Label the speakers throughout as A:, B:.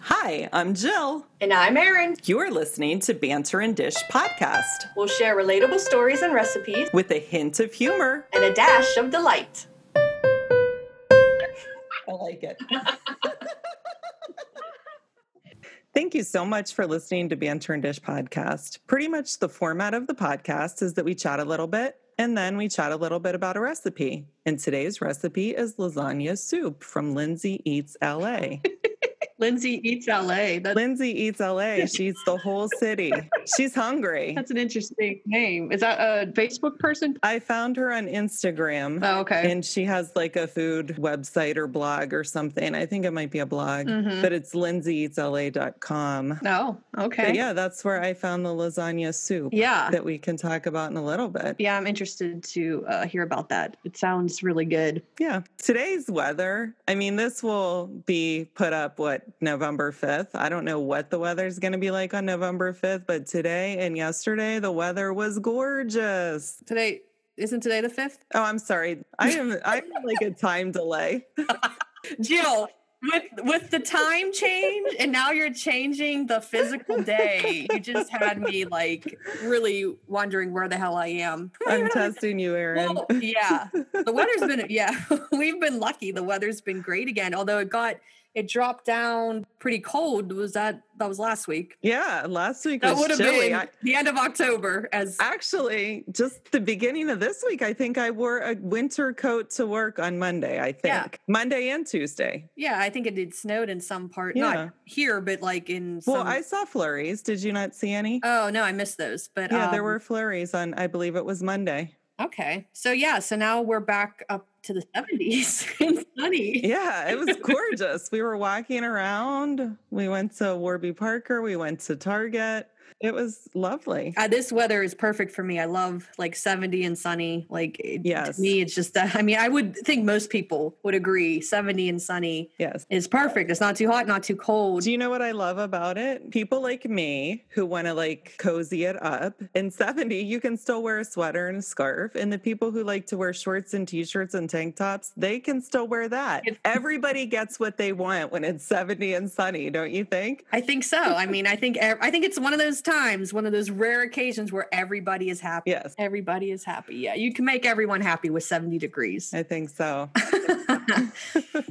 A: Hi, I'm Jill.
B: And I'm Erin.
A: You're listening to Banter and Dish Podcast
B: We'll share relatable stories and recipes
A: with a hint of humor.
B: and a dash of delight.
A: I like it. Thank you so much for listening to Banter and Dish Podcast. Pretty much the format of the podcast is that we chat a little bit and then we chat a little bit about a recipe. And today's recipe is lasagna soup from Lindsay Eats LA.
C: Lindsay eats LA. That's,
A: Lindsay Eats LA. She eats the whole city. She's hungry.
C: that's an interesting name. Is that a Facebook person?
A: I found her on Instagram.
C: Oh, okay.
A: And she has like a food website or blog or something. I think it might be a blog,
C: Mhm.
A: but it's lindsayeatsla.com.
C: No.
A: But
C: Okay.
A: yeah, that's where I found the lasagna soup
C: Yeah.
A: that we can talk about in a little bit.
C: Yeah, I'm interested to uh, hear about that. It sounds really good.
A: Yeah. Today's weather, I mean, this will be put up, what, November 5th? I don't know what the weather's going to be like on November 5th, but today and yesterday, the weather was gorgeous.
D: Today isn't today the fifth.
A: Oh, I'm sorry. I am, I'm like a time delay.
D: Jill, with with the time change, and now you're changing the physical day. You just had me like really wondering where the hell I am.
A: I'm testing you, Erin.
D: Well, yeah, the weather's been yeah. We've been lucky. The weather's been great again. Although it got it dropped down pretty cold. Was that that was last week?
A: Yeah, last week
D: That would
A: was
D: have
A: chilly.
D: been
A: I,
D: the end of October. As
A: actually, just the beginning of this week, I think I wore a winter coat to work on Monday. I think
D: Yeah.
A: Monday and Tuesday.
D: yeah, I think it did snowed in some part,
A: Yeah.
D: not here, but like in some.
A: Well, I saw flurries. Did you not see any?
D: oh no, I missed those. But
A: yeah, there
D: um,
A: were flurries on. I believe it was Monday.
D: Okay. So yeah, so now we're back up to the 70s and sunny.
A: Yeah, it was gorgeous. we were walking around. We went to Warby Parker. We went to Target. It was lovely.
D: Uh, this weather is perfect for me. I love like 70 and sunny. Like it,
A: Yes.
D: to me, it's just that. I mean, I would think most people would agree 70 and sunny
A: Yes.
D: is perfect. It's not too hot, not too cold.
A: Do you know what I love about it? People like me who want to like cozy it up. In 70, you can still wear a sweater and a scarf. And the people who like to wear shorts and t shirts and tank tops, they can still wear that.
D: It's-
A: Everybody gets what they want when it's 70 and sunny, don't you think?
D: I think so. I mean, I think ev- I think it's one of those times, one of those rare occasions where everybody is happy.
A: Yes,
D: Everybody is happy. Yeah, you can make everyone happy with 70 degrees.
A: I think so.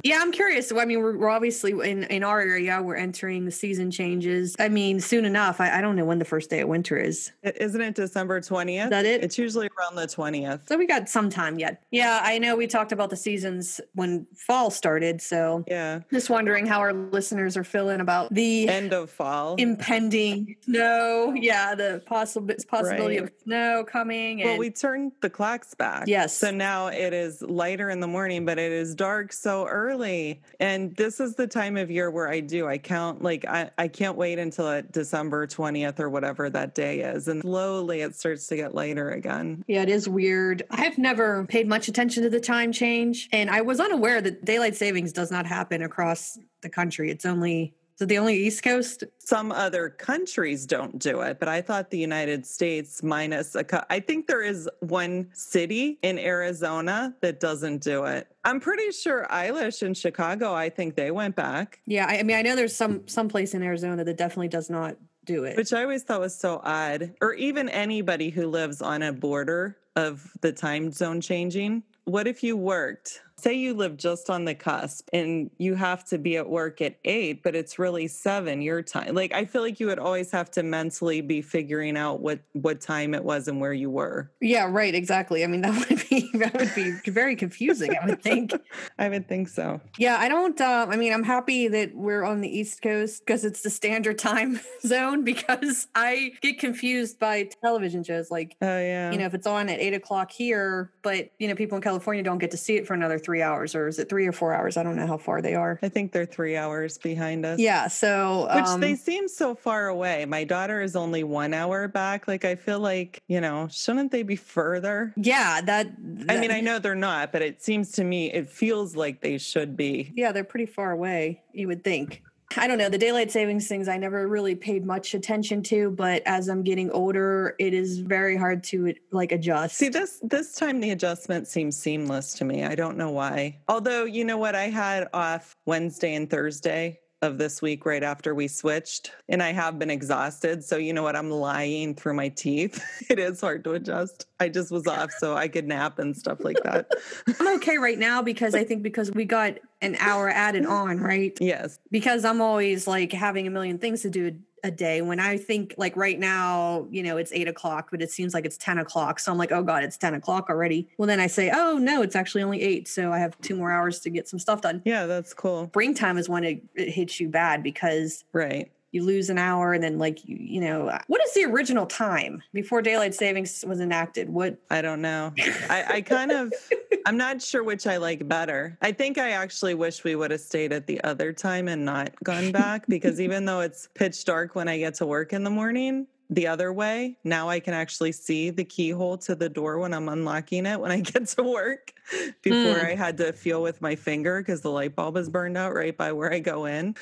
D: yeah, I'm curious. I mean, we're, we're obviously in, in our area, we're entering the season changes. I mean, soon enough, I, I don't know when the first day of winter is.
A: I- Isn't it December 20th?
D: Is that it?
A: It's usually around the 20th.
D: so we got some time yet. Yeah, I know we talked about the seasons when fall started. So
A: Yeah,
D: just wondering how our listeners are feeling about the
A: end of fall.
D: impending snow. Yeah, the possible possibility of
A: Right.
D: snow coming. And
A: Well, we turned the clocks back.
D: Yes.
A: So now it is lighter in the morning, but it is dark so early. And this is the time of year where I do. I count, like, I, I can't wait until it, December 20th or whatever that day is. And slowly it starts to get lighter again.
D: Yeah, it is weird. I've never paid much attention to the time change, and I was unaware that daylight savings does not happen across the country. It's only is it the only East Coast?
A: Some other countries don't do it, but I thought the United States, minus a cou- I think there is one city in Arizona that doesn't do it. I'm pretty sure Eilish in Chicago, I think they went back.
D: Yeah, I, I mean, I know there's some some place in Arizona that definitely does not do it.
A: Which I always thought was so odd, or even anybody who lives on a border of the time zone changing. What if you worked? Say you live just on the cusp and you have to be at work at eight, but it's really seven your time. Like I feel like you would always have to mentally be figuring out what what time it was and where you were.
D: yeah, right, exactly. I mean, that would be that would be very confusing. I would think.
A: I would think so.
D: Yeah, I don't. Uh, I mean, I'm happy that we're on the East Coast because it's the standard time zone. Because I get confused by television shows like
A: Oh yeah.
D: you know, if it's on at eight o'clock here, but you know, people in California don't get to see it for another three hours, or is it three or four hours? I don't know how far they are.
A: I think they're three hours behind us.
D: Yeah, so
A: Which
D: um,
A: they seem so far away. My daughter is only one hour back. Like, I feel like, you know, shouldn't they be further?
D: yeah, that,
A: I mean,
D: that-
A: I know they're not, but it seems to me, it feels like they should be.
D: yeah, they're pretty far away. You would think. I don't know the daylight savings things. I never really paid much attention to, but as I'm getting older, it is very hard to like adjust.
A: See this this time the adjustment seems seamless to me. I don't know why. Although you know what I had off Wednesday and Thursday of this week right after we switched. And I have been exhausted. So, you know what? I'm lying through my teeth. It is hard to adjust. I just was off, so I could nap and stuff like that.
D: I'm okay right now because I think because we got an hour added on, right?
A: yes.
D: Because I'm always like having a million things to do a day. When I think like right now, you know, it's eight o'clock, but it seems like it's 10 o'clock. So I'm like, oh God, it's 10 o'clock already. Well, then I say, oh no, it's actually only eight. So I have two more hours to get some stuff done.
A: Yeah, that's cool.
D: Springtime is when it, it hits you bad because
A: Right.
D: you lose an hour and then like you, you know what is the original time before daylight savings was enacted what
A: I don't know. I, I kind of, I'm not sure which I like better. I think I actually wish we would have stayed at the other time and not gone back because even though it's pitch dark when I get to work in the morning, the other way, now I can actually see the keyhole to the door when I'm unlocking it when I get to work before I had to feel with my finger because the light bulb is burned out right by where I go in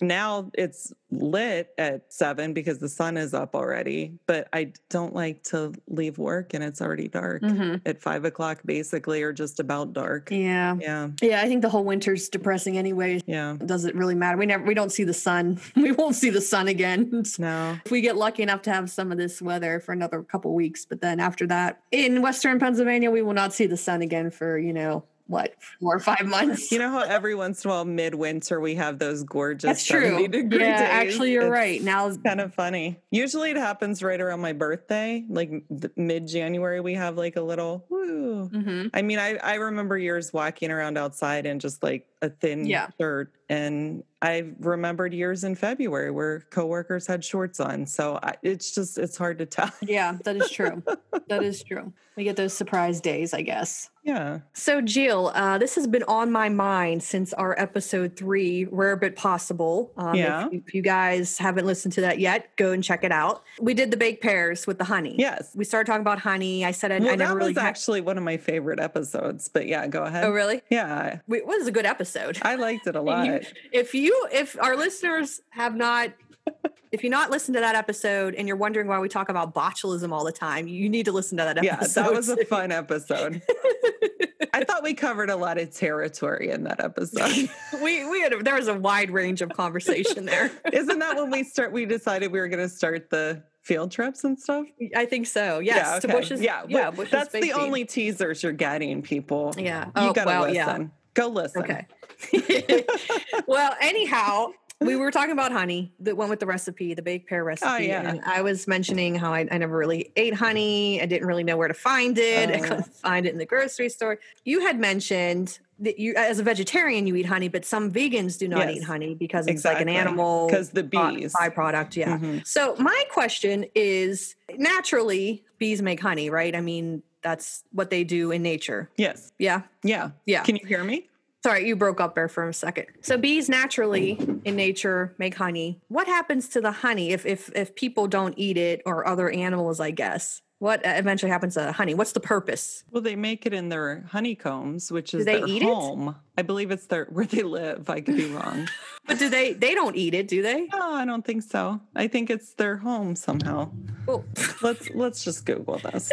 A: now it's lit at seven because the sun is up already but i don't like to leave work and it's already dark at five o'clock basically or just about dark
D: yeah
A: yeah
D: yeah i think the whole winter's depressing anyway
A: yeah
D: does it really matter we never we don't see the sun we won't see the sun again
A: no
D: if we get lucky enough to have some of this weather for another couple weeks but then after that in western pennsylvania we will not see the sun again for you know what four or five months
A: you know how every once in a while midwinter we have those gorgeous
D: that's true
A: 70 degree
D: yeah
A: days?
D: actually you're
A: It's
D: right now
A: kind of funny usually it happens right around my birthday like th- mid-january we have like a little woo
D: Mhm.
A: I mean, I, I remember years walking around outside in just like a thin
D: Yeah.
A: shirt. And I remembered years in February where coworkers had shorts on. So I, it's just, it's hard to tell.
D: yeah that is true that is true we get those surprise days i guess
A: Yeah.
D: So, Jill, uh, this has been on my mind since our episode three, Rare But Possible. Um, if
A: Yeah.
D: you- If, you guys haven't listened to that yet, go and check it out. We did the baked pears with the honey.
A: Yes.
D: We started talking about honey. I said I,
A: well,
D: I never
A: that
D: really.
A: was
D: had-
A: actually one of my favorite episodes. But yeah, go ahead.
D: oh, really?
A: Yeah.
D: We, it was a good episode.
A: I liked it a lot.
D: if you, if our listeners have not, if you not listened to that episode and you're wondering why we talk about botulism all the time, you need to listen to that
A: yeah,
D: episode.
A: that was a fun episode. I thought we covered a lot of territory in that episode.
D: we we had a, there was a wide range of conversation there.
A: Isn't that when we start? We decided we were going to start the field trips and stuff.
D: I think so. Yes, to
A: okay.
D: Bush's.
A: Yeah,
D: yeah.
A: but
D: Bush's
A: that's
D: big
A: the
D: team.
A: only teasers you're getting, people.
D: Yeah.
A: You
D: Oh
A: gotta
D: well. Yeah.
A: listen. Go listen.
D: Okay. well, anyhow, we were talking about honey, the one with the recipe, the baked pear recipe.
A: Oh, yeah.
D: And I was mentioning how I, I never really ate honey. I didn't really know where to find it. I
A: Oh.
D: couldn't find it in the grocery store. You had mentioned that you, as a vegetarian, you eat honey, but some vegans do not
A: Yes.
D: eat honey because it's
A: Exactly.
D: like an animal
A: 'Cause the
D: pro-
A: bees.
D: byproduct. Yeah.
A: Mhm.
D: So my question is naturally bees make honey, right? I mean, that's what they do in nature.
A: Yes.
D: Yeah.
A: Yeah.
D: Yeah.
A: Can you hear me?
D: Sorry, you broke up there for a second. So bees naturally in nature make honey. What happens to the honey if if if people don't eat it or other animals, I guess? What uh, eventually happens to the honey? What's the purpose?
A: Well, they make it in their honeycombs, which is
D: they
A: their
D: eat it?
A: home. I believe it's their where they live. I could be wrong.
D: But do they they don't eat it, do they?
A: no, I don't think so. I think it's their home somehow.
D: Well,
A: Let's let's just Google this.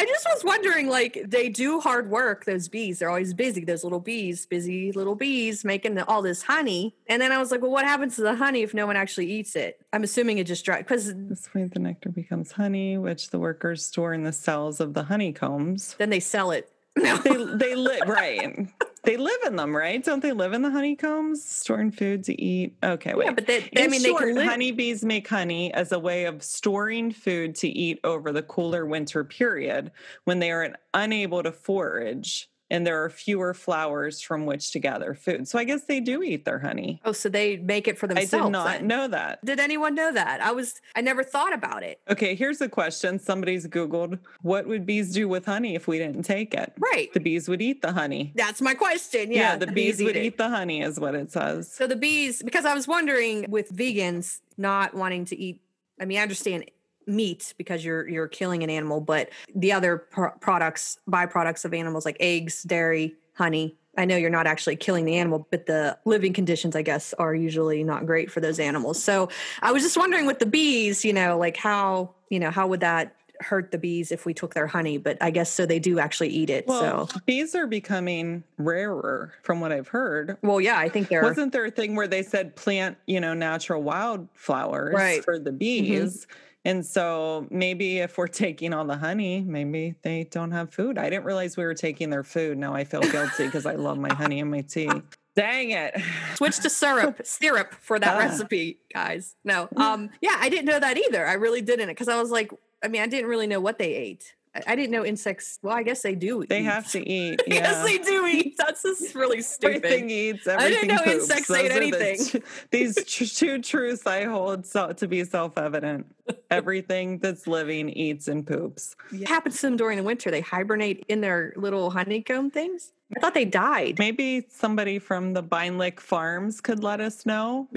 D: I just was wondering, like, they do hard work, those bees. They're always busy, those little bees, busy little bees making the, all this honey. And then I was like, well, what happens to the honey if no one actually eats it? I'm assuming it just dries because
A: This way, the nectar becomes honey, which the workers store in the cells of the honeycombs.
D: then they sell it. No.
A: they they live right. They live in them, right? Don't they live in the honeycombs, storing food to eat? Okay, wait.
D: Yeah, but they, they- I
A: In
D: mean, they
A: short,
D: can live.
A: honeybees make honey as a way of storing food to eat over the cooler winter period when they are unable to forage and there are fewer flowers from which to gather food. So I guess they do eat their honey.
D: Oh, so they make it for
A: I
D: themselves.
A: did not
D: then.
A: know that.
D: Did anyone know that? I was, I never thought about it.
A: Okay, here's a question somebody's Googled What would bees do with honey if we didn't take it?
D: Right.
A: The bees would eat the honey.
D: That's my question.
A: Yeah,
D: Yeah.
A: the, bees, would
D: it.
A: eat the honey, is what it says.
D: So the bees, because I was wondering with vegans not wanting to eat. I mean, I understand meat because you're you're killing an animal, but the other pro- products, byproducts of animals like eggs, dairy, honey. I know you're not actually killing the animal, but the living conditions, I guess, are usually not great for those animals. So I was just wondering with the bees, you know, like how you know how would that
E: hurt the bees if we took their honey, but I guess so they do actually eat it.
A: Well,
E: so,
A: bees are becoming rarer from what I've heard.
E: well, yeah, I think they're
A: Wasn't there a thing where they said plant, you know, natural wildflowers
E: Right. Mm-hmm.
A: for the bees? And so maybe if we're taking all the honey, maybe they don't have food. I didn't realize we were taking their food. Now I feel guilty because I love my honey and my tea. Dang it.
E: switch to syrup, syrup for that
A: Ah.
E: recipe, guys. No,
A: Mm.
E: um, yeah, I didn't know that either. I really didn't because I was like, I mean, I didn't really know what they ate. I, I didn't know insects. Well, I guess they do.
A: They
E: eat.
A: have to eat. Yeah.
E: Mm. yes, they do eat. That's just really stupid.
A: Everything eats.
E: I didn't
A: Everything
E: know
A: poops.
E: insects
A: Those
E: ate
A: are the
E: anything.
A: t- these tr- two truths I hold so- to be self-evident. Everything that's living eats and poops.
E: It happens to them during the winter. They hibernate in their little honeycomb things. I thought they died.
A: Maybe somebody from the Beinlich Farms could let us know.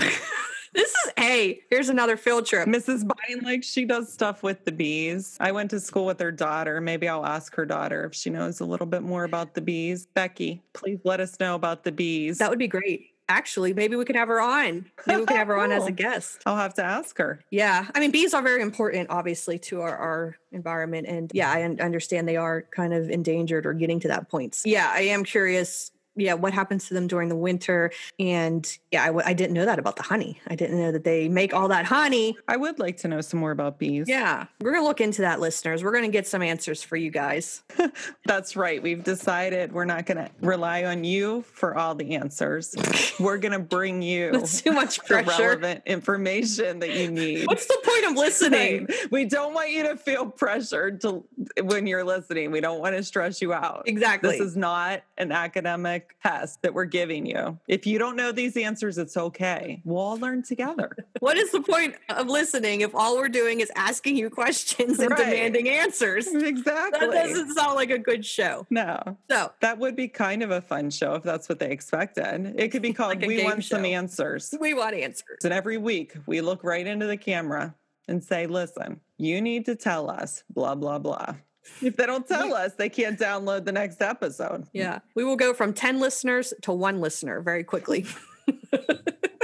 E: This is hey, here's another field trip.
A: Mrs. Beinlich, she does stuff with the bees. I went to school with her daughter. Maybe I'll ask her daughter if she knows a little bit more about the bees. Becky, please let us know about the bees.
E: That would be great. Actually, maybe we could have her on. Maybe we could have her on as a
A: Cool.
E: guest.
A: I'll have to ask her.
E: Yeah. I mean, bees are very important, obviously, to our, our environment. And yeah, I un- understand they are kind of endangered or getting to that point. Yeah, I am curious. Yeah, what happens to them during the winter? And yeah, I, w- I didn't know that about the honey. I didn't know that they make all that honey.
A: I would like to know some more about bees.
E: Yeah, we're going to look into that, listeners. We're going to get some answers for you guys.
A: That's right. We've decided we're not going to rely on you for all the answers. We're going to bring you
E: That's too much
A: the
E: pressure.
A: relevant information that you need.
E: What's the point of listening?
A: Right. We don't want you to feel pressured to when you're listening. We don't want to stress you out.
E: Exactly.
A: This is not an academic test that we're giving you. If you don't know these answers, it's okay. We'll all learn together.
E: what is the point of listening if all we're doing is asking you questions and
A: Right.
E: demanding answers?
A: exactly.
E: That doesn't sound like a good show.
A: no.
E: So,
A: That would be kind of a fun show if that's what they expected. It could be called
E: Like a
A: We
E: game
A: Want Some
E: show.
A: Answers.
E: we want answers.
A: And every week we look right into the camera and say, listen, you need to tell us, blah, blah, blah. If they don't tell us, they can't download the next episode.
E: Yeah. We will go from 10 listeners to one listener very quickly.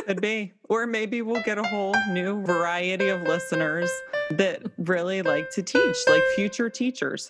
A: Could be. Or maybe we'll get a whole new variety of listeners that really like to teach, like future teachers.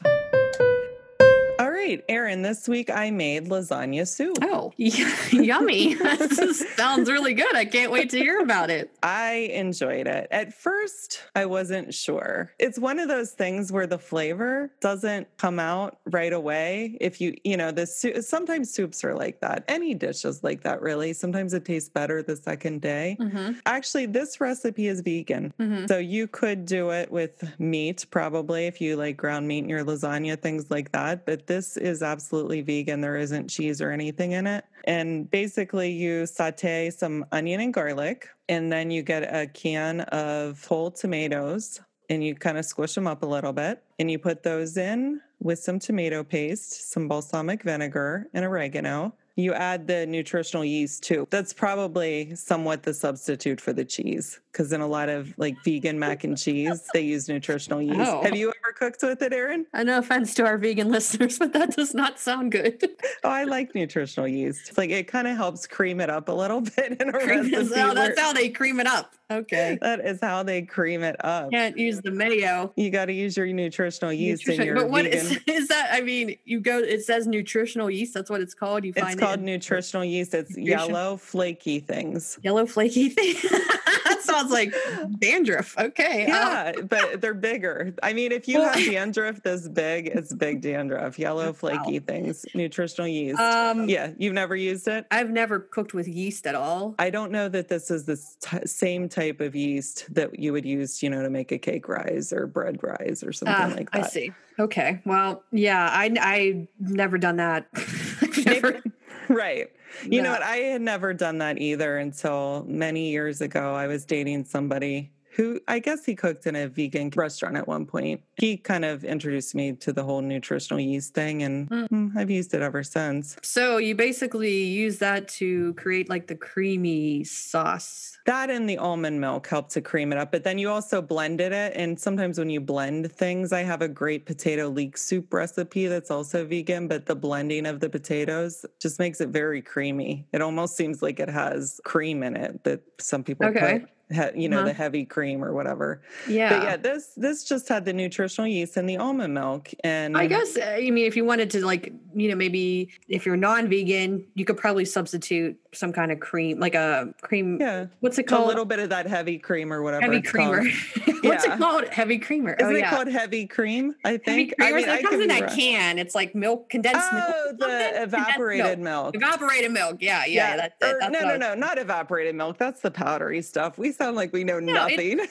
A: All right, Erin, this week I made lasagna soup.
D: Oh, yummy. this sounds really good. I can't wait to hear about it.
A: I enjoyed it. At first, I wasn't sure. It's one of those things where the flavor doesn't come out right away. If you, you know, the soup, sometimes soups are like that. Any dish is like that, really. Sometimes it tastes better the second day.
D: Mm-hmm.
A: Actually, this recipe is vegan.
D: Mm-hmm.
A: So you could do it with meat, probably, if you like ground meat in your lasagna, things like that. But this is absolutely vegan. There isn't cheese or anything in it. And basically, you saute some onion and garlic, and then you get a can of whole tomatoes and you kind of squish them up a little bit. And you put those in with some tomato paste, some balsamic vinegar, and oregano. You add the nutritional yeast too. That's probably somewhat the substitute for the cheese because in a lot of like vegan mac and cheese, they use nutritional yeast.
D: Oh.
A: Have you ever cooked with it, Erin?
D: Uh, no offense to our vegan listeners, but that does not sound good.
A: Oh, I like nutritional yeast. It's like it kind of helps cream it up a little bit in a
D: Cream is-
A: recipe.
D: oh,
A: where-
D: that's how they cream it up. Okay.
A: that is how they cream it up.
D: Can't use the mayo.
A: You got to use your nutritional yeast in
D: Nutrition-
A: your
D: but what
A: vegan.
D: is, is that? I mean, you go. It says nutritional yeast. That's what it's called. You find
A: It's
D: it
A: called
D: in-
A: nutritional yeast. It's
D: Nutrition-
A: yellow, flaky things.
D: yellow flaky thing. that sounds like dandruff. Okay. uh,
A: Yeah, but they're bigger. I mean, if you
D: Well-
A: have dandruff this big, it's big dandruff. Yellow, flaky things, nutritional yeast.
D: um.
A: yeah, you've never used it?
D: I've never cooked with yeast at all.
A: I don't know that this is the s- t- same type of yeast that you would use, you know, to make a cake rise or bread rise or something
D: Ah,
A: like
D: I
A: that.
D: see. Okay. Well, yeah, I I never done that. I've never-
A: Right. You know
D: No.
A: what? I had never done that either until many years ago. I was dating somebody who I guess he cooked in a vegan restaurant at one point. He kind of introduced me to the whole nutritional yeast thing, and
D: Mm.
A: mm, I've used it ever since.
D: So you basically use that to create like the creamy sauce.
A: That and the almond milk helped to cream it up, but then you also blended it. And sometimes when you blend things, I have a great potato leek soup recipe that's also vegan, but the blending of the potatoes just makes it very creamy. It almost seems like it has cream in it that some people
D: Okay.
A: put he- you know
D: Huh.
A: the heavy cream or whatever.
D: Yeah.
A: But yeah, this this just had the nutritional yeast in the almond milk, and
D: I guess uh, I mean if you wanted to like you know maybe if you're non-vegan you could probably substitute some kind of cream like a cream
A: yeah,
D: what's it
A: a
D: called
A: little bit of that heavy cream or whatever.
D: heavy
A: it's called.
D: creamer what's
A: Yeah.
D: it called heavy creamer
A: Isn't
D: oh
A: it
D: yeah
A: called heavy cream? I
D: heavy
A: think. I
D: creamer
A: mean,
D: so it
A: I
D: comes
A: could
D: in
A: be
D: that
A: wrong.
D: can it's like milk condensed
A: Oh,
D: milk Something
A: the
D: condensed milk.
A: evaporated milk.
D: evaporated milk yeah yeah, that's it
A: Or,
D: that's
A: no,
D: what I
A: no,
D: was-
A: no, not evaporated milk. That's the powdery stuff. We sound like we know
D: No, it-
A: nothing.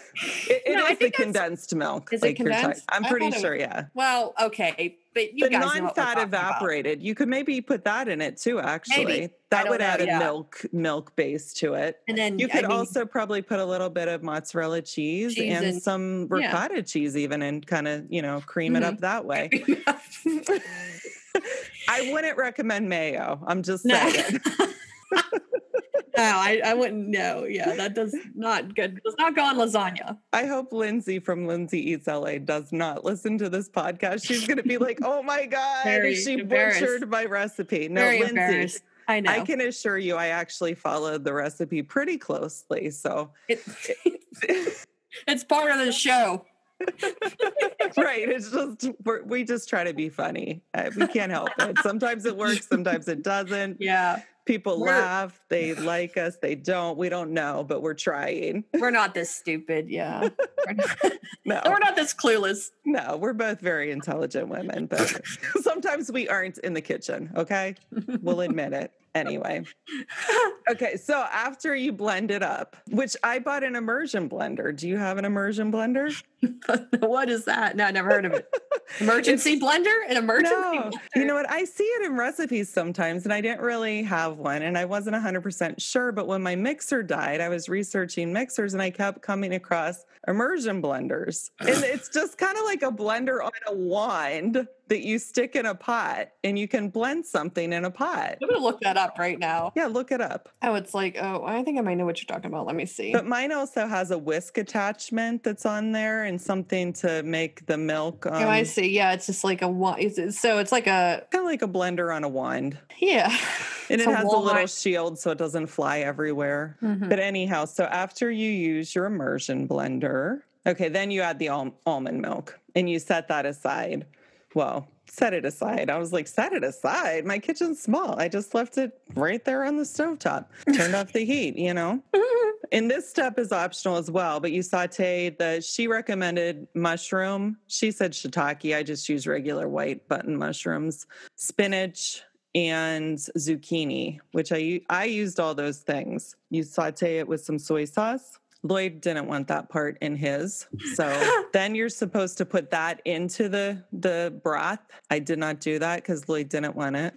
A: It, it is
D: No, I
A: the
D: think that's-
A: condensed milk.
D: Is it
A: you're talking-
D: condensed?
A: I'm
D: I
A: pretty
D: thought it
A: sure, yeah.
D: well okay but you
A: The
D: guys know what we're
A: non-fat
D: talking about.
A: evaporated. You could maybe put that in it too. Actually, that
D: don't
A: would
D: know,
A: add a
D: yeah.
A: milk milk base to it.
D: and then
A: You
D: I
A: could
D: mean,
A: also probably put a little bit of mozzarella cheese,
D: Cheese
A: and,
D: and-
A: some
D: yeah. Mm-hmm.
A: ricotta cheese, even, and kind of you know cream it up that way. I wouldn't recommend mayo. I'm just
D: No.
A: saying.
D: no I, I wouldn't know yeah that does not good does not go on lasagna
A: I hope Lindsay from Lindsay Eats LA does not listen to this podcast. She's going to be like, "Oh my god,
D: Very
A: she
D: embarrassed.
A: butchered my recipe." No,
D: Very
A: Lindsay.
D: embarrassed. I know.
A: I can assure you, I actually followed the recipe pretty closely. So,
D: It- it's part of the show.
A: right, it's just we're, we just try to be funny. Uh, We can't help it. Sometimes it works, sometimes it doesn't.
D: Yeah.
A: People
D: We're-
A: laugh, they like us, they don't. We don't know, but we're trying.
D: We're not this stupid. Yeah. We're not,
A: No,
D: we're not this clueless.
A: no, we're both very intelligent women, but sometimes we aren't in the kitchen. Okay, we'll admit it. Anyway, okay. So after you blend it up, which I bought an immersion blender. Do you have an immersion blender?
D: what is that? No, I never heard of it. Emergency blender? An emergency
A: No. You know what? I see it in recipes sometimes, and I didn't really have one, and I wasn't 100% sure. But when my mixer died, I was researching mixers and I kept coming across immersion blenders. And it's just kind of like a blender on a wand that you stick in a pot and you can blend something in a pot.
D: I'm gonna look that up right now.
A: Yeah, look it up.
D: Oh, it's like, oh, I think I might know what you're talking about. Let me see.
A: But mine also has a whisk attachment that's on there and something to make the milk. Um,
D: oh, I see. Yeah, it's just like a one. is it- So it's like a
A: Kind of like a blender on a wand.
D: yeah.
A: And
D: It's
A: it has a little
D: walnut.
A: shield so it doesn't fly everywhere.
D: Mhm.
A: But anyhow, so after you use your immersion blender, okay, then you add the al- almond milk and you set that aside. Well, set it aside. I was like, set it aside. My kitchen's small. I just left it right there on the stovetop. Turned off the heat, you know? And this step is optional as well, but you saute the, she recommended mushroom. She said shiitake. I just use regular white button mushrooms, spinach, and zucchini, which I u- I used all those things. You saute it with some soy sauce. Lloyd didn't want that part in his. So then you're supposed to put that into the the broth. I did not do that cuz Lloyd didn't want it.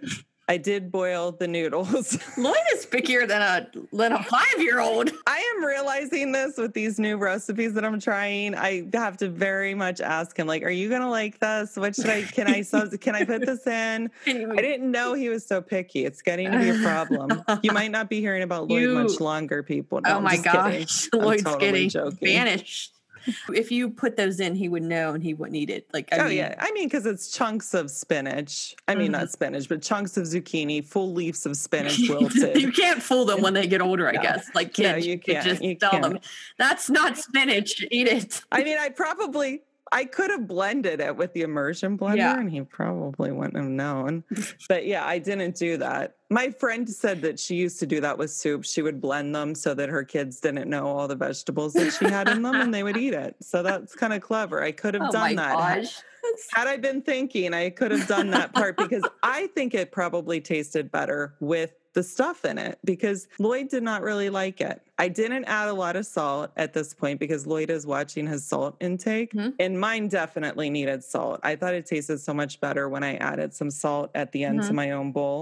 A: I did boil the noodles.
D: Lloyd is pickier than a than a five year old.
A: I am realizing this with these new recipes that I'm trying. I have to very much ask him, like, are you gonna like this? What should I can I subs- can I put this in? I didn't know he was so picky. It's getting to be a problem. you might not be hearing about Lloyd
D: You-
A: much longer, people. No,
D: Oh
A: I'm
D: my
A: just kidding.
D: gosh,
A: I'm
D: Lloyd's
A: totally
D: getting
A: joking.
D: vanished. If you put those in, he would know and he wouldn't eat it. Like, I
A: oh
D: mean, Mm-hmm.
A: yeah, I mean, because it's chunks of spinach. I mean, not spinach, but chunks of zucchini, full leaves of spinach
D: you
A: wilted.
D: can't fool them when they get older. I
A: No.
D: guess, like
A: No,
D: kids,
A: you
D: you can
A: can't.
D: just
A: You
D: tell them that's not spinach. Eat it.
A: I mean, I probably I could have blended it with the immersion blender,
D: Yeah.
A: and he probably wouldn't have known. but yeah, I didn't do that. My friend said that she used to do that with soup. She would blend them so that her kids didn't know all the vegetables that she had in them, and they would eat it. So that's kind of clever. I could have
D: Oh
A: done
D: my
A: that. had-
D: gosh, That's-
A: had I been thinking, I could have done that part because I think it probably tasted better with the stuff in it because Lloyd did not really like it. I didn't add a lot of salt at this point because Lloyd is watching his salt intake
D: Mhm.
A: and mine definitely needed salt. I thought it tasted so much better when I added some salt at the end to my own bowl.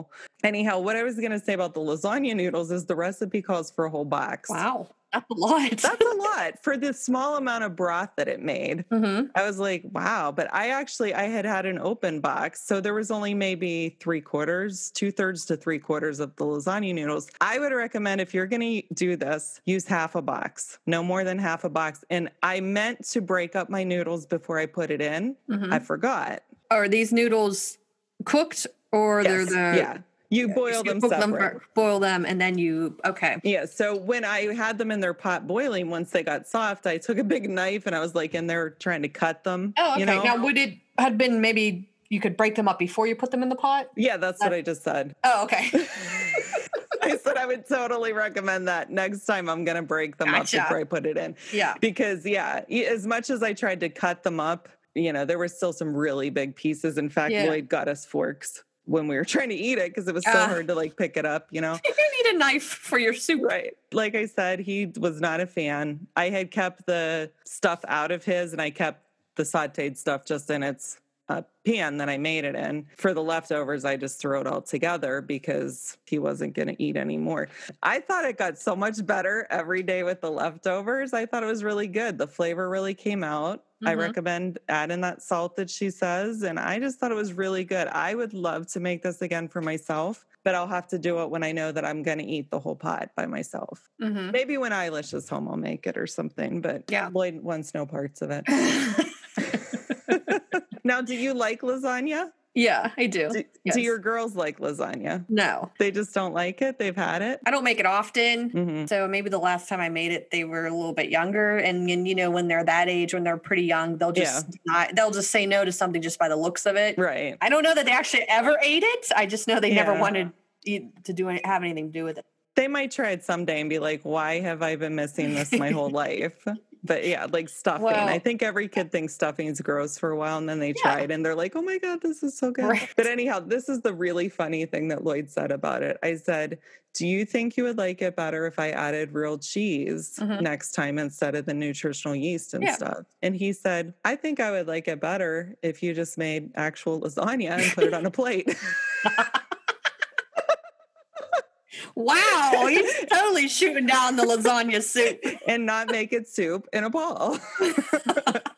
A: Anyhow, what I was going to say about the lasagna noodles is the recipe calls for a whole box.
D: wow, that's a lot.
A: That's a lot for the small amount of broth that it made.
D: Mhm.
A: I was like, wow. But I actually I had had an open box, so there was only maybe three quarters, two thirds to three quarters of the lasagna noodles. I would recommend if you're going to do this, use half a box, no more than half a box. And I meant to break up my noodles before I put it in.
D: Mhm.
A: I forgot.
D: Are these noodles cooked or
A: Yes,
D: they're the?
A: yeah. You boil
D: You
A: them
D: cook
A: separate.
D: or boil them, and then you okay.
A: Yeah. So when I had them in their pot boiling, once they got soft, I took a big knife and I was like in there trying to cut them.
D: Oh, okay.
A: You know?
D: Now, would it had been maybe you could break them up before you put them in the pot?
A: yeah, that's what I just said.
D: Oh, okay.
A: I said I would totally recommend that next time I'm going to break them
D: Gotcha.
A: up before I put it in.
D: Yeah.
A: Because, yeah, e- as much as I tried to cut them up, you know, there were still some really big pieces. In fact,
D: Yeah.
A: Lloyd got us forks when we were trying to eat it because it was so
D: Ah.
A: hard to like pick it up, you know?
D: you need a knife for your soup.
A: Right. Like I said, he was not a fan. I had kept the stuff out of his and I kept the sauteed stuff just in its uh, pan that I made it in. For the leftovers, I just threw it all together because he wasn't going to eat anymore. I thought it got so much better every day with the leftovers. I thought it was really good. The flavor really came out. I
D: Mhm.
A: recommend adding that salt that she says. And I just thought it was really good. I would love to make this again for myself, but I'll have to do it when I know that I'm going to eat the whole pot by myself.
D: Mm-hmm.
A: Maybe when Eilish is home, I'll make it or something. But
D: Yeah.
A: Lloyd wants no parts of it.
D: mm-hmm.
A: now, do you like lasagna?
D: yeah, I do.
A: Do,
D: Yes.
A: do your girls like lasagna?
D: no,
A: They just don't like it. They've had it.
D: I don't make it often.
A: hmm
D: So maybe the last time I made it, they were a little bit younger, and, and you know when they're that age, when they're pretty young, they'll just not, they'll just say no to something just by the looks of it.
A: Right.
D: I don't know that they actually ever ate it. I just know they never
A: Yeah.
D: wanted eat, to do any, have anything to do with it.
A: They might try it someday and be like, why have I been missing this my whole life? But yeah, like stuffing. I
D: Well-
A: think every kid thinks stuffing is gross for a while and then they
D: Yeah.
A: try it and they're like, oh my God, this is so good.
D: Right.
A: But anyhow, this is the really funny thing that Lloyd said about it. I said, do you think you would like it better if I added real cheese
D: Mhm.
A: next time instead of the nutritional yeast and
D: Yeah.
A: stuff? And he said, I think I would like it better if you just made actual lasagna and put it on a plate.
D: Wow, you're totally shooting down the lasagna soup.
A: and not make it soup in a ball.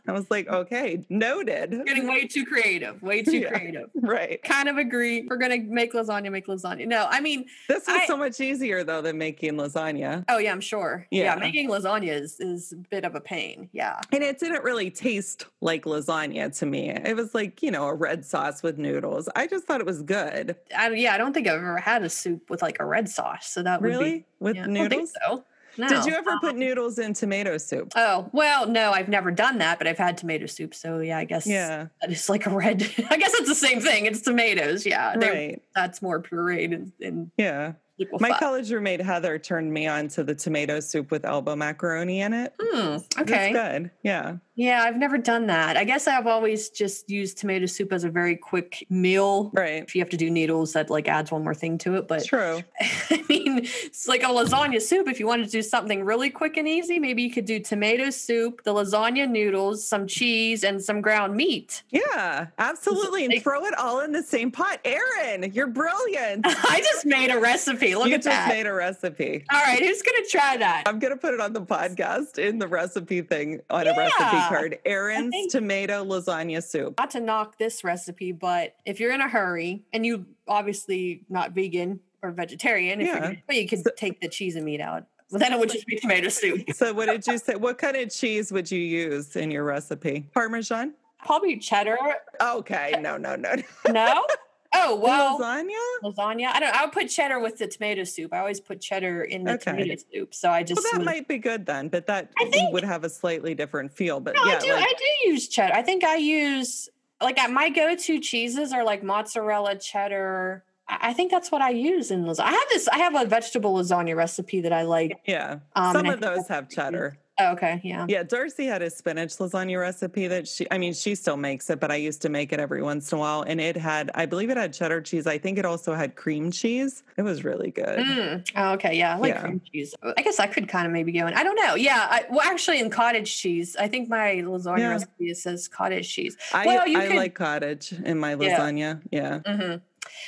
A: I was like, okay, noted.
D: Getting way too creative. Way too
A: Yeah.
D: creative.
A: Right.
D: Kind of agree. We're gonna make lasagna. Make lasagna. No, I mean,
A: This was
D: I-
A: so much easier though than making lasagna.
D: oh yeah, I'm sure.
A: Yeah.
D: Yeah, making lasagna is, is a bit of a pain. Yeah.
A: And it didn't really taste like lasagna to me. It was like, you know, a red sauce with noodles. I just thought it was good.
D: I, yeah, I don't think I've ever had a soup with like a red sauce. So that would
A: Really?
D: be
A: with
D: yeah, I don't think
A: noodles?
D: so. No. Um,
A: Did you ever put noodles in tomato soup?
D: Oh well, no, I've never done that, but I've had tomato soup. So yeah, I guess
A: Yeah.
D: that is like a red. I guess it's the same thing. It's tomatoes. Yeah, Uh, they-
A: Right.
D: that's more pureed and, and
A: Yeah. My
D: liquefied.
A: college roommate Heather turned me on to the tomato soup with elbow macaroni in it.
D: Hmm,
A: It's
D: okay.
A: good. Yeah.
D: Yeah, I've never done that. I guess I've always just used tomato soup as a very quick meal.
A: Right.
D: If you have to do noodles, that like adds one more thing to it. But
A: True.
D: I mean, it's like a lasagna soup. If you wanted to do something really quick and easy, maybe you could do tomato soup, the lasagna noodles, some cheese, and some ground meat.
A: Yeah, absolutely. And
D: like-
A: throw it all in the same pot. Erin, you're brilliant.
D: I just made a recipe. Look
A: you
D: at
A: just
D: that.
A: made a recipe.
D: All right, who's gonna try that?
A: I'm going to put it on the podcast in the recipe thing on a recipe
D: Yeah.
A: card. Erin's
D: think-
A: tomato lasagna soup.
D: Not to knock this recipe, but if you're in a hurry and you obviously not vegan or vegetarian, if
A: Yeah.
D: you're, but you could take the cheese and meat out. Well, then it would just be tomato soup.
A: So, what did you say? What kind of cheese would you use in your recipe? Parmesan?
D: Probably cheddar.
A: Okay, no, no, no. no.
D: No. Oh well.
A: lasagna?
D: lasagna. I don't. I would put cheddar with the tomato soup. I always put cheddar in the
A: Okay.
D: tomato soup. So I just.
A: Well, that
D: would-
A: might be good then, but that
D: I think-
A: would have a slightly different feel. But
D: No,
A: yeah,
D: I do.
A: like,
D: I do use cheddar. I think I use like I- my go-to cheeses are like mozzarella, cheddar. I I think that's what I use in lasagna. I have this. I have a vegetable lasagna recipe that I like.
A: yeah.
D: Um,
A: Some
D: and I
A: of
D: think
A: those
D: that's
A: have cheddar.
D: Oh, okay. Yeah.
A: Yeah, Darcy had a spinach lasagna recipe that she, I mean, she still makes it, but I used to make it every once in a while. And it had, I believe it had cheddar cheese. I think it also had cream cheese. It was really good.
D: Mm. Oh, okay. Yeah. I like
A: Yeah.
D: cream cheese. I guess I could kind of maybe go in. I don't know. Yeah. I, well, actually, in cottage cheese, I think my lasagna
A: Yeah.
D: recipe says cottage cheese.
A: I,
D: Well, you
A: I
D: could-
A: like cottage in my
D: Yeah.
A: lasagna. Yeah.
D: hmm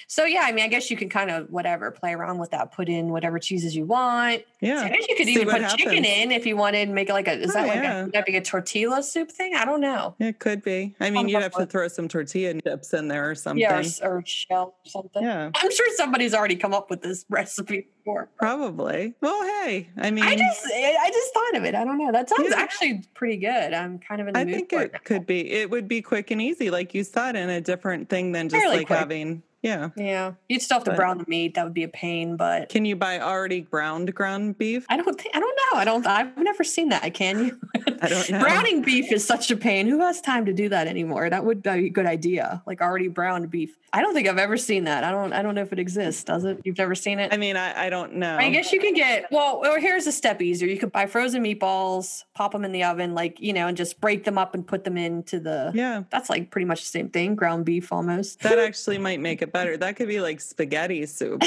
D: So yeah, I mean, I guess you can kind of whatever play around with that. Put in whatever cheeses you want. I
A: Yeah.
D: guess you could
A: See
D: even put
A: what
D: chicken
A: happens.
D: in if you wanted. Make it like a is
A: Oh,
D: that like
A: yeah.
D: a, would that be a tortilla soup thing? I don't know.
A: It could be. I mean,
D: Some
A: you'd have to
D: buffalo-
A: throw some tortilla chips in there or something.
D: Yeah, or,
A: Yeah.
D: s- or shell or something. I'm sure somebody's already come up with this recipe before.
A: probably. Well, hey, I mean,
D: I just eh, I I just thought of it. I don't know. That sounds
A: Yeah.
D: actually pretty good. I'm kind of in the
A: I
D: mood
A: think
D: for
A: it
D: it. now.
A: could be. It would be quick and easy, like you said, and a different thing than just
D: Fairly
A: like
D: quick.
A: having Yeah.
D: Yeah. You'd still have to
A: But-
D: brown the meat. That would be a pain, but
A: Can you buy already ground ground beef?
D: I don't think I don't know. I don't I've never seen that. Can you?
A: I don't know.
D: Browning beef is such a pain. Who has time to do that anymore? That would be a good idea. Like already browned beef. I don't think I've ever seen that. I don't I don't know if it exists, does it? You've never seen it?
A: I mean, I, I don't know.
D: I guess you can get well. Or here's a step easier. You could buy frozen meatballs, pop them in the oven, like you know, and just break them up and put them into the.
A: Yeah.
D: That's like pretty much the same thing, ground beef almost.
A: That actually might make it better. That could be like spaghetti soup.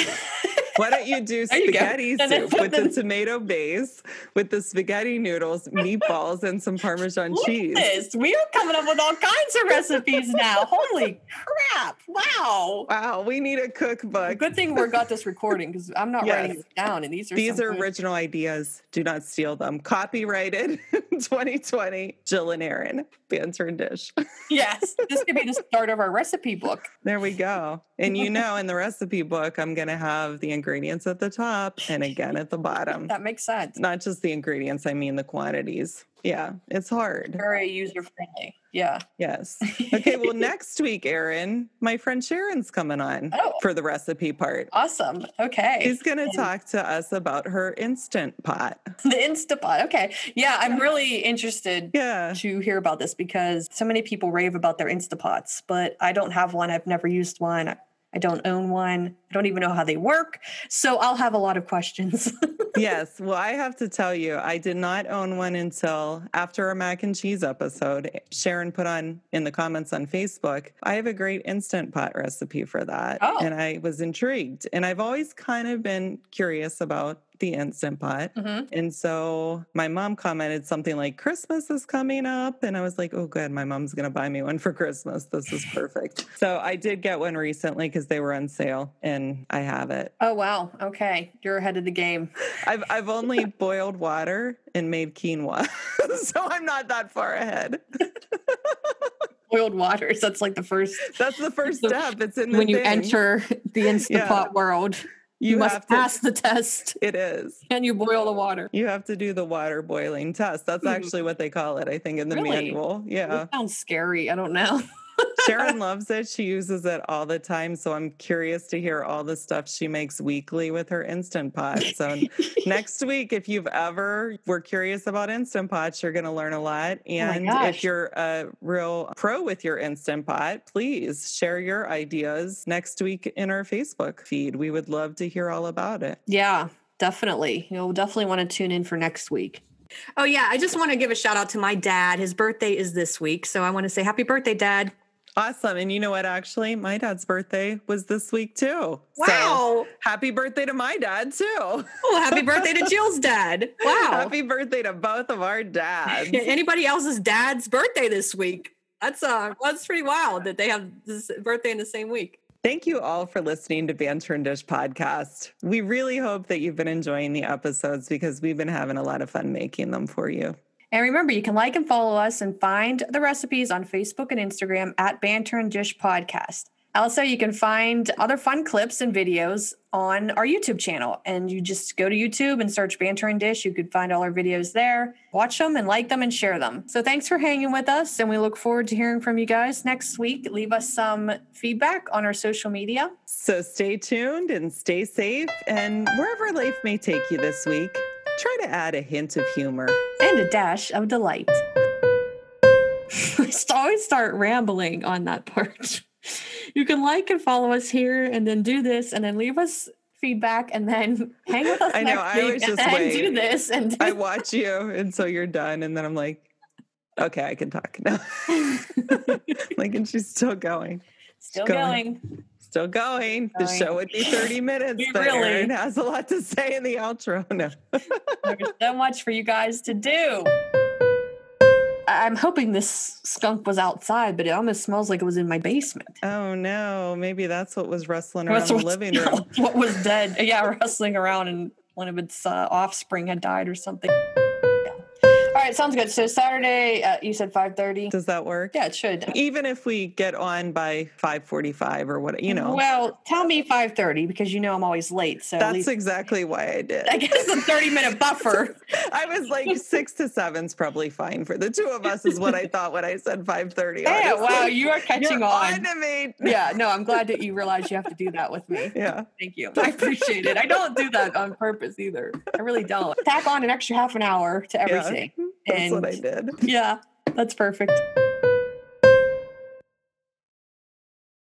A: Why don't you do
D: There you go.
A: spaghetti
D: And then
A: soup
D: put
A: with the
D: them-
A: tomato base, with the spaghetti noodles, meatballs, and some Parmesan
D: Look
A: cheese?
D: at this. We are coming up with all kinds of recipes now. Holy crap! Wow.
A: Wow, we need a cookbook.
D: Good thing we got this recording because I'm not
A: Yes.
D: writing it down, and these are
A: These
D: some
A: are
D: good-
A: original ideas. Do not steal them. Copyrighted 2020. Jill and Aaron, banter and dish.
D: Yes, this could be the start of our recipe book.
A: There we go. And you know, in the recipe book, I'm going to have the ingredients at the top and again at the bottom.
D: That makes sense.
A: Not just the ingredients, I mean the quantities. Yeah, it's hard.
D: Very user friendly. Yeah.
A: Yes. Okay, well, next week, Aaron, my friend Sharon's coming on
D: Oh.
A: for the recipe part.
D: Awesome. Okay.
A: He's going to talk to us about her instant pot.
D: the Instapot. Okay. Yeah, I'm really interested
A: Yeah.
D: to hear about this because so many people rave about their Instapots, but I don't have one. I've never used one. I- I don't own one. I don't even know how they work. So I'll have a lot of questions.
A: yes. Well, I have to tell you, I did not own one until after our mac and cheese episode. Sharon put on in the comments on Facebook, I have a great instant pot recipe for that.
D: Oh.
A: And I was intrigued. And I've always kind of been curious about the instant pot.
D: Mhm.
A: And so my mom commented something like, Christmas is coming up. And I was like, oh, good. My mom's going to buy me one for Christmas. This is perfect. so I did get one recently because they were on sale and I have it.
D: Oh, wow. Okay. You're ahead of the game.
A: I've I've only boiled water and made quinoa, so I'm not that far ahead.
D: Boiled waters. That's like the first.
A: That's the first
D: So
A: step. It's in the
E: when you
A: thing.
E: enter the Instapot world, you,
A: You
E: must
A: have to.
E: pass the test.
A: It is.
D: And you boil the water.
A: You have to do the water boiling test. That's
E: Mm-hmm.
D: Mhm.
A: actually what they call it, I think, in the
D: Really?
A: manual. Yeah.
D: That sounds scary. I don't know.
A: Sharon loves it. She uses it all the time. So I'm curious to hear all the stuff she makes weekly with her Instant Pot. So next week, if you've ever were curious about Instant Pots, you're going to learn a lot. And if
D: gosh.
A: you're a real pro with your Instant Pot, please share your ideas next week in our Facebook feed. We would love to hear all about it.
D: Yeah, definitely. You'll definitely want to tune in for next week.
E: Oh yeah, I just want to give a shout out to my dad. His birthday is this week, so I want to say happy birthday, Dad.
A: Awesome. And you know what? Actually, my dad's birthday was this week too. So
E: Wow!
A: happy birthday to my dad too.
E: oh, happy birthday to Jill's dad. Wow!
A: Happy birthday to both of our dads.
E: Yeah, anybody else's dad's birthday this week? That's uh, that's pretty wild that they have this birthday in the same week.
A: Thank you all for listening to Banter and Dish podcast. We really hope that you've been enjoying the episodes because we've been having a lot of fun making them for you.
D: And remember, you can like and follow us and find the recipes on Facebook and Instagram at Banter and Dish Podcast. Also, you can find other fun clips and videos on our YouTube channel. And you just go to YouTube and search Banter and Dish. You could find all our videos there. Watch them and like them and share them. So thanks for hanging with us. And we look forward to hearing from you guys next week. Leave us some feedback on our social media.
A: So stay tuned and stay safe. And wherever life may take you this week, try to add a hint of humor.
D: and a dash of delight. I st- always start rambling on that part. You can like and follow us here, and then do this, and then leave us feedback, and then hang with us.
A: I know,
D: next
A: I
D: week,
A: always
D: and
A: just
D: then
A: wait.
D: do this, and do
A: I watch you, and so you're done. And then I'm like, okay, I can talk now. like, and she's still going,
D: still
A: going.
D: going.
A: still going. The
D: Going.
A: show would be 30 minutes,
D: We
A: but
D: really-
A: Erin has a lot to say in the outro. No.
D: There's so much for you guys to do. I- I'm hoping this skunk was outside, but it almost smells like it was in my basement.
A: Oh no, maybe that's what was rustling around the
D: what's-
A: living room.
D: what was dead. Yeah, wrestling around and one of its uh, offspring had died or something. Yeah. All right, right, sounds good. So Saturday, uh, you said five thirty.
A: Does that work?
D: Yeah, it should.
A: Even if we get on by 5:45 or what, you know.
D: Well, tell me five thirty because you know I'm always late. So at
A: that's
D: least,
A: exactly why I did.
D: I guess a thirty minute buffer.
A: I was like six to seven's probably fine for the two of us, is what I thought when I said 5:30.
D: yeah,
A: honestly.
D: wow, you are catching
A: You're
D: on.
A: on to me.
D: yeah, no, I'm glad that you realize you have to do that with me.
A: Yeah.
D: Thank you. I appreciate it. I don't do that on purpose either. I really don't. Tack on an extra half an hour to
A: Yeah,
D: everything.
A: That's
D: and
A: what I did.
D: yeah, that's perfect.